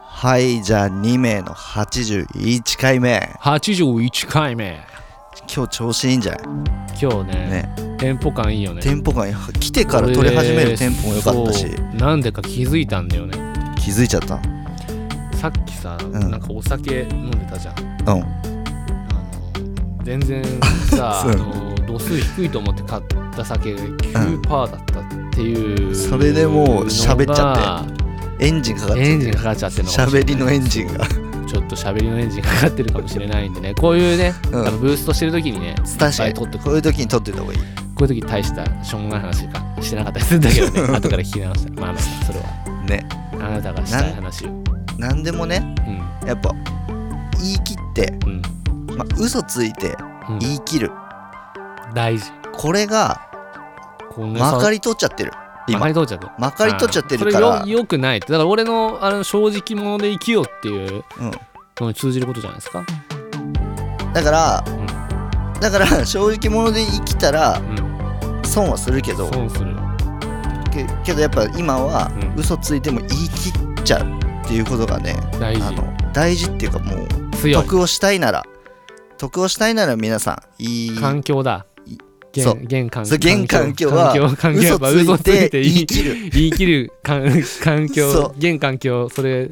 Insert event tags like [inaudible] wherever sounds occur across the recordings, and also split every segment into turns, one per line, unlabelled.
はいじゃあ2名の81回目
81回目
今日調子いいんじゃない
今日ね
ね
テンポ感いいよね
テンポ感来てから撮り始めるテンポも良かったし
俺そうなんでか気づいたんだよね
気づいちゃった
さっきさ、
ん
なんかお酒飲んでたじゃん
うん
あの全然さ、
[laughs] そう
あの度数低いと思って買った酒が9%だったっていう、
それでもう喋っちゃ
って
エンジンかかっちゃ
エ
っ
ンジ
て
ン
る
かかっちゃってるのかもしれ
喋
ない
りのエンジンが
ちょっと喋りのエンジンかかってるかもしれないんでねこういうね、
うん
あのブーストしてる時にね
確か
い
に
っぱい撮ってく
こういう時に撮ってた方がいい
こういう時大したしょうもない話かしてなかったりするんだけど
[laughs]
ね後から聞き直したまあまあそれは
ね
あなたがしたい話をうん
何でもねやっぱ言い切って、
うん、
まあ、嘘ついて
うん、
言い切る、
大事
これが
こんなさ
まかり通っちゃってる
ま
今
かり通っちゃって
まかり通っちゃって
そ
るか
れ
ら
よよくないってだから俺のあの正直者で生きようっていう
うん
のに通じることじゃないですか
だから、
ん
だから正直者で生きたら
うん
損はするけど
損する
けけどやっぱ今は
うん
嘘ついても言い切っちゃうっていうことがね、
大
あ
事
の大事っていうかもう
強い
得をしたいなら得をしたいなら皆さんいい
環境だ
い
現
そう
現環
そう現環境は
環境環境や
嘘
っぱ
つい
嘘つい
て
て
言
言
い
い
切る
言い切る環 [laughs] 環
そ
境現環境それ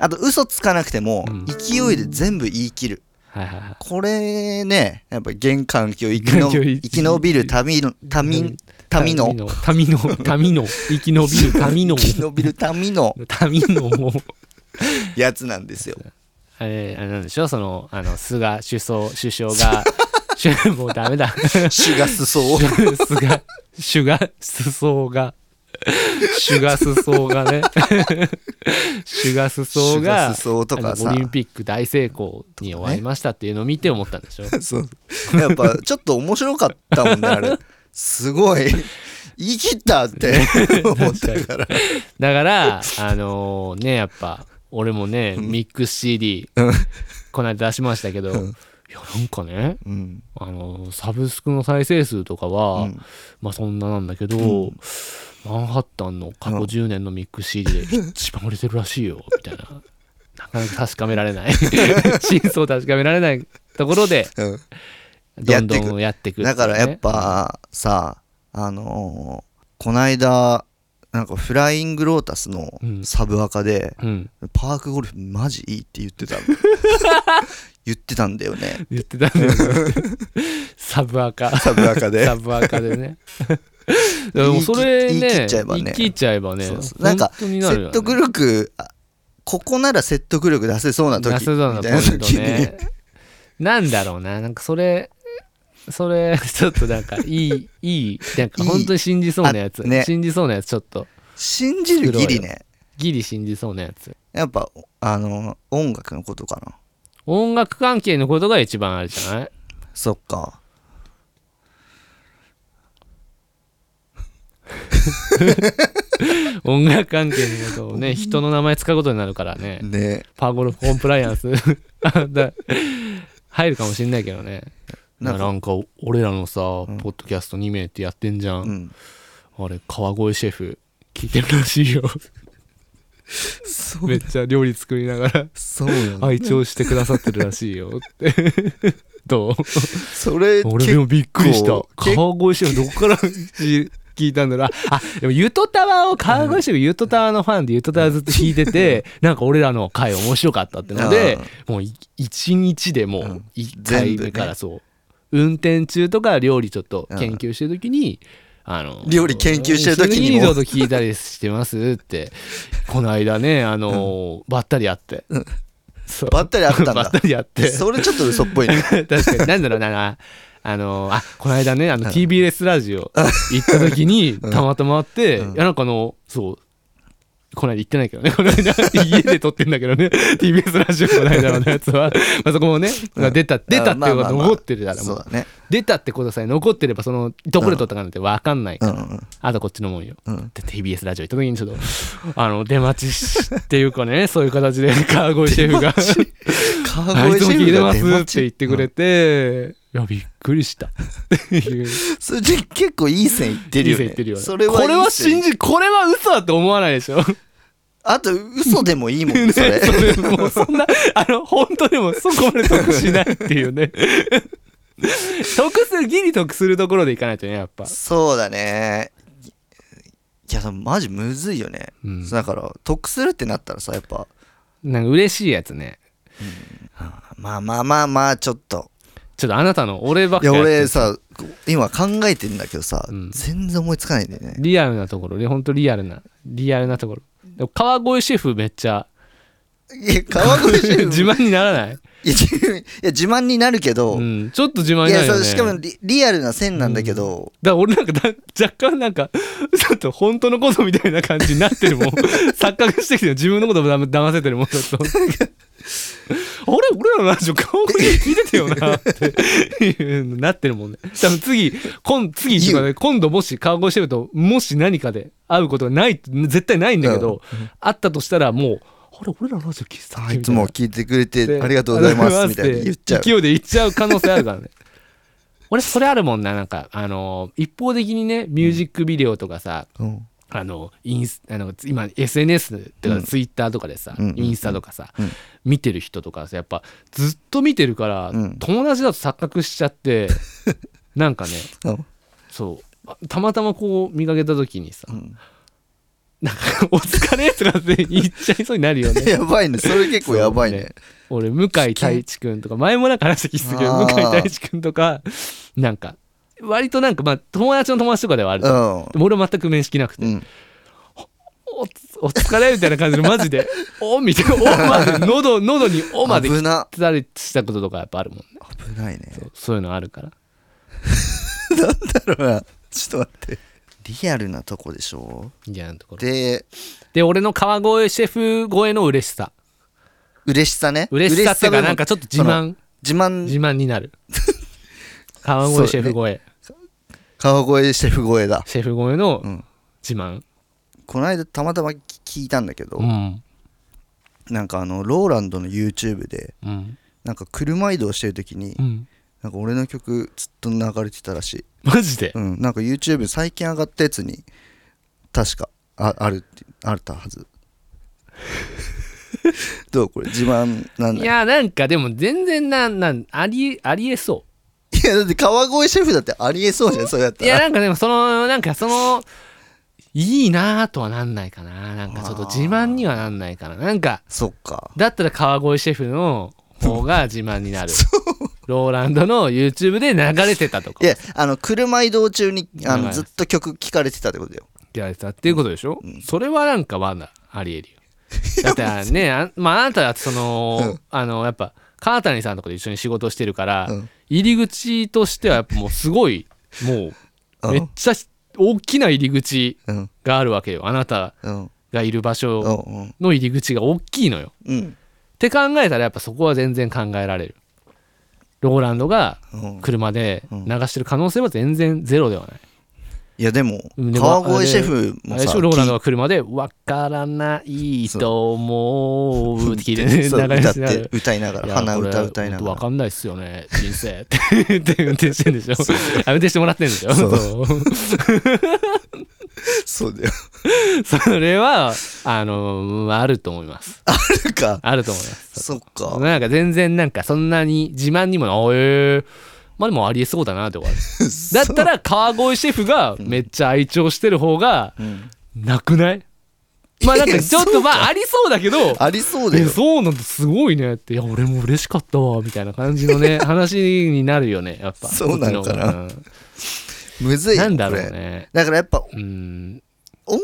あと嘘つかなくても
うん
勢いで全部言い切る
はいはいはい
これねやっぱ現環境生きの
現環境生
生
き
き延びる民の民民の
民の民の生き延びる民の
生き延びる民の
民の [laughs] も
やつなんです
[laughs]
よ
あれあれなんでしょそのあの菅首相首相が首 [laughs] もうダメだ
主が裾を
菅菅裾が菅裾がね [laughs] 菅
主
裾
が
が
裾とか
あの
さ
オリンピック大成功に終わりましたっていうのを見て思ったんでしょ、
そうやっぱちょっと面白かったもんねあれすごい言い切ったって
[laughs]
思ったから
だからあのねやっぱ俺もね
うん
ミックス CD
うん
この間出しましたけど、
うん
いやなんかね
うん
あのサブスクの再生数とかは、
うん
まあそんななんだけど、
うん
マンハッタンの過去
うん
10年のミックス CD で一番売れてるらしいよみたいななかなか確かめられな
[laughs]
い真相を確かめられないところで
うん
どんどんやっていく
だからやっ
ね
ぱさあのーこないだなんかフライングロータスの
うん
サブアカで、
うん
パークゴルフマジいいって言って
[laughs]
たの言ってたんだよね
言ってたんだよねサブアカ
サブアカで
サブアカ
[laughs]
でねでもそれ
言
ね
い切っちゃえばね
言い切っちゃえばね
そうそうなんか
本当になるよ
説
ね
得力あここなら説得力出せそうな時
なさそうな
み
ポ
たいな
イント
時に、
ね。なんだろうな、なんかそれ、それ、ちょっとなんかいい、いい、なんか本当に信じそうなやつ。
あね
信じそうなやつ、ちょっと。
信じるギリね
ギリ信じそうなやつ。
やっぱあの音楽のことかな
音楽関係のことが一番あるじゃない
そっか
音楽関係のことを
[laughs]
ね、人の名前使うことになるからね。
ね
パーゴルフコンプライアンス [laughs] あだ入るかもしんないけどね。
な
なんん
か
か俺らのさ、ポッドキャスト2名ってやってんじゃん。
うん
あれ、川越シェフ、聞いてるらしいよ。
そ
めっちゃ料理作りながら
そうよ、ね、
愛聴してくださってるらしいよって [laughs] どう
それ
俺もびっくりした
結
川越シェフどこから聞いたんだろうあでもゆとたわを川越シェフゆとたわのファンでゆとたわずっと聞いてて [laughs] なんか俺らの回面白かったってのでもうい一日でも
う
うん1回
全部ね
目からそう運転中とか料理ちょっと研究してる時にあの
料理研究してる時にも
ちょっと聞いたりしてますってこの間ねあのばったり会ってそう
ばったりあったん
[laughs] ばっ
だ
たり会って
それちょっと嘘っぽいね
確かに何だろうなあのあこの間ねあの TBS ラジオ行った時
[laughs]
にたまたま会って、いやなんかあのそうこの間行ってないけどねこ
[laughs]
の間家で撮ってんだけどね TBS ラジオこの間のやつは、まあ、そこもね、まあ出た [laughs] 出たっていうの
あまあまあ
が
まあ
残ってるからも
そう
う
だね
出たってことさえ残ってればそのどこで撮ったかなんて分かんないか
うん
ら、
うん
あとこっちのもんよ、
うん
で TBS ラジオ行った時にちょっとあの出待ちしっていうかねそういう形で川越シェフがあ
川
い
越
つも
シェ
聞いて
フ
ま
が
す
出
っ
待
て言っ
ち
て [laughs] くれて、いやびっくり [laughs] したっていう
それで結構いい線いってるよね
いい線いってるよね
それはいい
これは信
じ
じこれは嘘だって思わないでしょ
あと嘘でもいいもんねそれ
[laughs] ねそれもうそんな、あの、本当でもそこまで得しないっていうね。得する、ギリ得するところでいかないとね、やっぱ。
そうだねいやでもマジむずいよね、
うん
だから得するってなったらさやっぱ
なんか嬉しいやつね。
まあまあまあまあちょっと
ちょっとあなたの俺ばっ
いや
かりやってる
俺さ今考えてんだけどさ、
うん
全然思いつかないんだよね
リアルなところ、本当リアルな、リアルなところ。でも川越シェフめっちゃ、
いや川越シェフ
[laughs] 自慢にならない、
いや自いや自慢になるけど、
うん、ちょっと自慢
い
にな
や
るよ、
そう
ね。
しかも
だか
リリアルな線なんだけど、
ら俺なんかだ若干なんか、ちょっと本当のことみたいな感じになって [laughs] るもん。錯覚してきてる自分のことだま騙せてるもんだと。あれ俺らのラジオ川越聞いてたよなっていうのになってるもんね。多分次、今次とかで今度もし川越シェフともし何かで会うことがない、絶対ないんだけど、あったとしたらもう、あれ俺らのラジオ聞いてたっ
あ
け
い
み
つ
たいな
も聞いてくれてありがとうございますみたいに言っちゃう
勢いで言っちゃう可能性あるからね [laughs] 俺それあるもんななんかあの一方的にねミュージックビデオとかさ、
うん
あのインスあの今 SNS とかツイッターとかでさ、
うんうん
インスタとかさ、
うん
見てる人とかさやっぱずっと見てるから、
うん
友達だと錯覚しちゃって
[laughs]
なんかね
うん
そうあたまたまこう見かけた時にさ
うん
「お疲れ」とかって言っちゃいそうになるよね
やばいねそれ結構やばいね
俺向井太一くんとか前もなんか話した気するけど
あ
向
ー
井太一くんとかなんか割となんかまあ友達の友達とかではある
う
でも
ん
俺は全く面識なくて
うん
「おつお疲れ」みたいな感じでマ
[laughs]
ジで「お」みたいな「お」まで喉喉に「お」まで来
危な
たりしたこととかやっぱあるもんね
危ないね
そうそういうのあるから
だからちょっと待ってリアルなとこでしょ
いやなところ
で
で俺の川越シェフ越えの嬉しさ
嬉しさね
嬉しさっていう
嬉で
か
も
なんかちょっと自慢
自慢
自慢に
[laughs]
なる川越シェフ越え
川越シェフ越えだ
シェフ越えの
うん
自慢
この間たまたま聞いたんだけど、
うん
なんかあのローランドの YouTube で
うん
なんか車移動してる時に
うん
なんか俺の曲ずっと流れてたらしい
マジで
うん、なんか YouTube 最近上がったやつに確かああるってあったはず [laughs] どうこれ自慢なんだ
い
いや
やなんかでも全然なんなんありありえそ
だって川越シェフだってありえそうじゃんそれだっ
う
た
いや
ら
なんかでもそのなんかそのいいなぁとはなんないかななんかちょっと自慢にはなんないかななんか
そっか
だったら川越シェフの方が自慢になるローランドの YouTube で流れてたとか
いやあの車移動中にあ
は
の
い
ずっと曲聴かれてたってことだよ
やれてたっていうことでしょ、それはなんかまだありえるよだってねあ,、まあ、あなたはその、あのやっぱ川谷さんとかで一緒に仕事してるから、
うん
入り口としてはやっぱもうすごいも
う
うんめっちゃ大きな入り口
うん
があるわけよあなた
うん
がいる場
う
所
ん
の入り口が大きいのよ
うん
って考えたらやっぱそこは全然考えられるローランドが
うん
車で流してる可能性は全然ゼロではない
いやでも
うんでも
川越シェフ
あ
も
れで
さ
しょローランドが車で「わからないと思う」って聞いてね
[laughs] そう
流れ
歌っ
してな
て
る
歌いなが
い
ら
や
鼻
これ
歌歌いな
ほんと
が
わ
ら
かんないっすよね人生って言って運転してん
[laughs]
でしょあ運転してもらってんでしょ
そう
そう [laughs]
そうだよ
それはあのあると思います
なんか
あると思います
そっか
なんか全然なんかそんなに自慢にもなおえーまあでもありえそうだ
[laughs]
なって思うだったら川越シェフがめっちゃ愛聴してる方が
ん
なくない、まあなん
い
か
や
ちょっとまあありそうだけど
ありそうだ
え
よ
そうなんだすごいねっていや俺も嬉しかったわみたいな感じの
[laughs]
ね話になるよねやっぱ
そうなのかな
こっちの方
むず
が
いよ
なんだろう
これ
ね
だからやっぱ
うん
音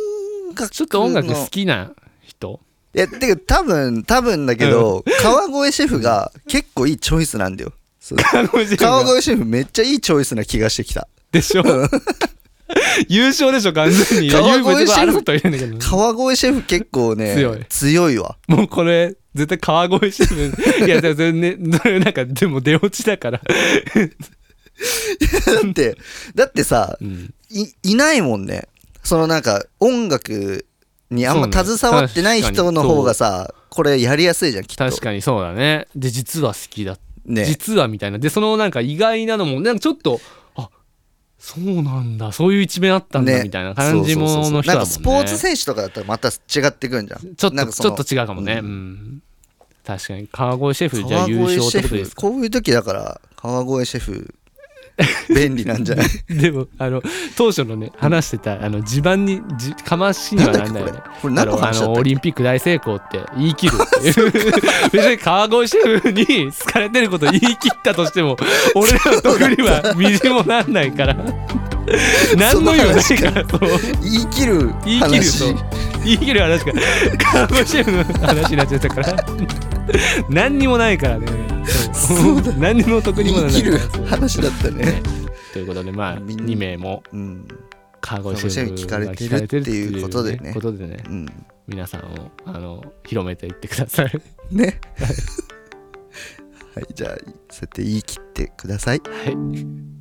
楽の
ちょっと音楽好きな人
いやてか多分多分だけど、川越シェフが結構いいチョイスなんだよ
[laughs]
そう
川越シェフ
川
が
越シェフめっちゃいいチョイスな気がしてきた [laughs]
でしょ優勝でしょ完全にいや
川
優勝
越シェフ
争ってはいるんだけどね
川越シェフ結構ね
強い
強いわ
もうこれ絶対川越新聞いやでもそれねそれなんかでも出落ちだから、
だってだってさ
うん、
いいないもんねそのなんか音楽にあんま
そうね
携わってない人の方がさこれやりやすいじゃんきっと
確かにそうだねで実は好きだ、
ね
実はみたいなでそのなんか意外なのもなんかちょっとあそうなんだそういう一面あったんだ
ね
みたいな感じも
そうそうそうそう
の人だも
な
んね
んかスポーツ選手とかだったらまた違ってくんじゃん
ちょっ
なん
と
か
ちょっ
その
と違うかもね、
う
うんん確かに川越シェフじゃあ優
川越
勝っ
シ
て
ェ
ことで
フ
すか
こういう時だから川越シェフ便利なんじゃ
[laughs]
ない
でもあの当初のね話してたあの地盤にじかましにはなんだよ
なん
ね
だっけこれこれ何の話だったっけ
あのオリンピック大成功って言い切る [laughs] っていう別に川越シェフに好かれてること言い切った
[laughs]
としても俺らの得にはみじんもなんないから何の意味もないからそう
言い切る
言い切る
話
と言い切る話から看護シェフの話になっちゃったから [laughs] 何にもないからねそう [laughs] 何にも得にもな
言い
らな
切
い
る
からそう
話だったね
ね [laughs] ということでまあ
みん
2名も
うん
看護シェフ
看護シェフに聞かれてるっていうことでね
聞かれてるっていうことでね
うん
皆さんをあの広めていってください
ね [laughs] はいじゃあそうやって言い切ってください
はい